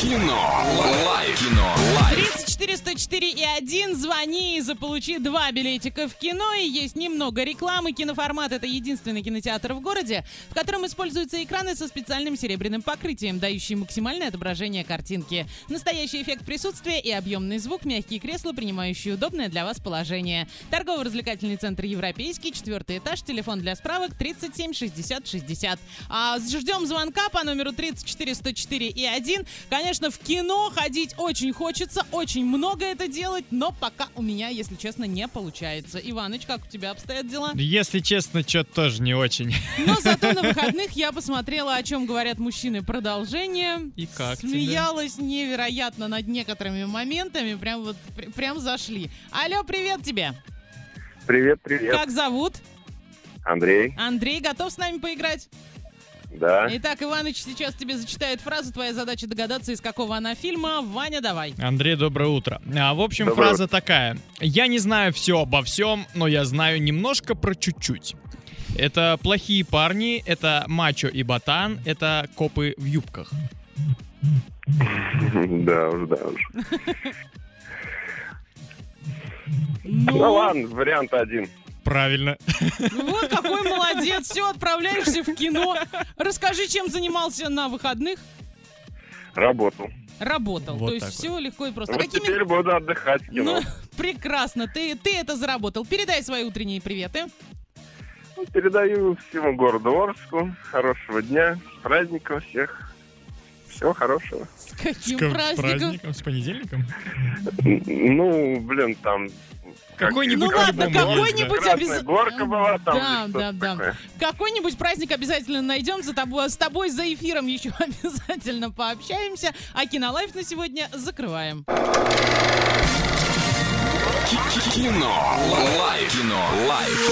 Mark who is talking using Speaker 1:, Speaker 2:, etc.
Speaker 1: Кино. Лайф. Кино. Лайф.
Speaker 2: 34 104 и 1. Звони и заполучи два билетика в кино. И есть немного рекламы. Киноформат — это единственный кинотеатр в городе, в котором используются экраны со специальным серебряным покрытием, дающие максимальное отображение картинки. Настоящий эффект присутствия и объемный звук, мягкие кресла, принимающие удобное для вас положение. Торгово-развлекательный центр «Европейский», четвертый этаж, телефон для справок 37 60 60. А, ждем звонка по номеру 34 104 и 1. Конечно, в кино ходить очень хочется, очень много это делать, но пока у меня, если честно, не получается. Иваныч, как у тебя обстоят дела?
Speaker 3: Если честно, что-то тоже не очень.
Speaker 2: Но зато на выходных я посмотрела, о чем говорят мужчины, продолжение.
Speaker 3: И как тебе?
Speaker 2: Смеялась невероятно над некоторыми моментами, прям вот пр- прям зашли. Алло, привет тебе!
Speaker 4: Привет, привет.
Speaker 2: Как зовут?
Speaker 4: Андрей,
Speaker 2: Андрей, готов с нами поиграть?
Speaker 4: да.
Speaker 2: Итак, Иваныч сейчас тебе зачитает фразу. Твоя задача догадаться, из какого она фильма. Ваня, давай.
Speaker 3: Андрей, доброе утро. А, в общем,
Speaker 4: Доброе
Speaker 3: фраза такая. Я не знаю все обо всем, но я знаю немножко про чуть-чуть. Это плохие парни, это мачо и ботан, это копы в юбках.
Speaker 4: Да уж, да уж.
Speaker 2: Ну,
Speaker 4: Ну ладно, вариант один.
Speaker 3: Правильно.
Speaker 2: вот какой молодец. Все, отправляешься в кино. Расскажи, чем занимался на выходных.
Speaker 4: Работал.
Speaker 2: Работал.
Speaker 3: Вот
Speaker 2: То есть
Speaker 3: так
Speaker 2: все легко и просто.
Speaker 4: Вот
Speaker 2: Какими-
Speaker 4: теперь буду отдыхать в кино.
Speaker 2: Ну, прекрасно. Ты, ты это заработал. Передай свои утренние приветы.
Speaker 4: Ну, Передаю всему городу Орску. Хорошего дня, с праздником всех. Всего хорошего.
Speaker 2: С каким праздником?
Speaker 3: с понедельником.
Speaker 4: Н- Ну, блин, там... как-
Speaker 3: Какой-нибудь
Speaker 2: Ну ладно,
Speaker 3: по-любому есть, да.
Speaker 2: какой-нибудь
Speaker 4: Красная
Speaker 2: обяза-
Speaker 4: горка была там.
Speaker 2: Да,
Speaker 4: или
Speaker 2: да,
Speaker 4: что-то
Speaker 2: да.
Speaker 4: такое.
Speaker 2: Какой-нибудь праздник обязательно найдем за тобой, с тобой за эфиром еще обязательно пообщаемся. А кинолайф на сегодня закрываем.
Speaker 1: Кино. Лайф. Кино. Лайф.